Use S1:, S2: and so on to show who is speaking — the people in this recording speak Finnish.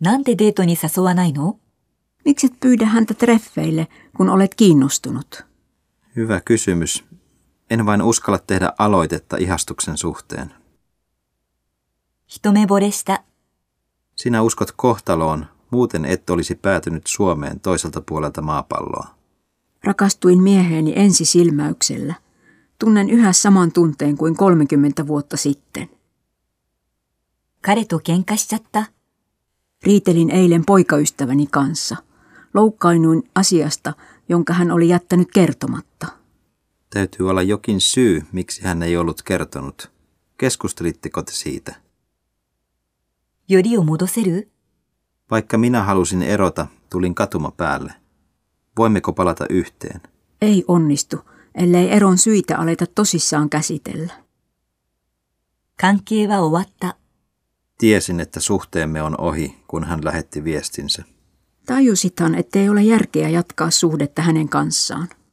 S1: なんでデートに誘わないの
S2: Miksi et pyydä häntä treffeille, kun olet kiinnostunut?
S3: Hyvä kysymys. En vain uskalla tehdä aloitetta ihastuksen suhteen.
S1: 一目惚れした。
S3: Sinä uskot kohtaloon, muuten et olisi päätynyt Suomeen toiselta puolelta maapalloa.
S2: Rakastuin mieheeni ensisilmäyksellä. Tunnen yhä saman tunteen kuin 30 vuotta sitten.
S1: 彼と喧嘩しちゃった。
S2: Riitelin eilen poikaystäväni kanssa. Loukkainuin asiasta, jonka hän oli jättänyt kertomatta.
S3: Täytyy olla jokin syy, miksi hän ei ollut kertonut. Keskustelitteko te siitä?
S1: よりを戻せる
S3: Vaikka minä halusin erota, tulin katuma päälle. Voimmeko palata yhteen?
S2: Ei onnistu, ellei eron syitä aleta tosissaan käsitellä.
S1: 関係は終わった。
S3: Tiesin, että suhteemme on ohi, kun hän lähetti viestinsä.
S2: Tajusithan, ettei ole järkeä jatkaa suhdetta hänen kanssaan.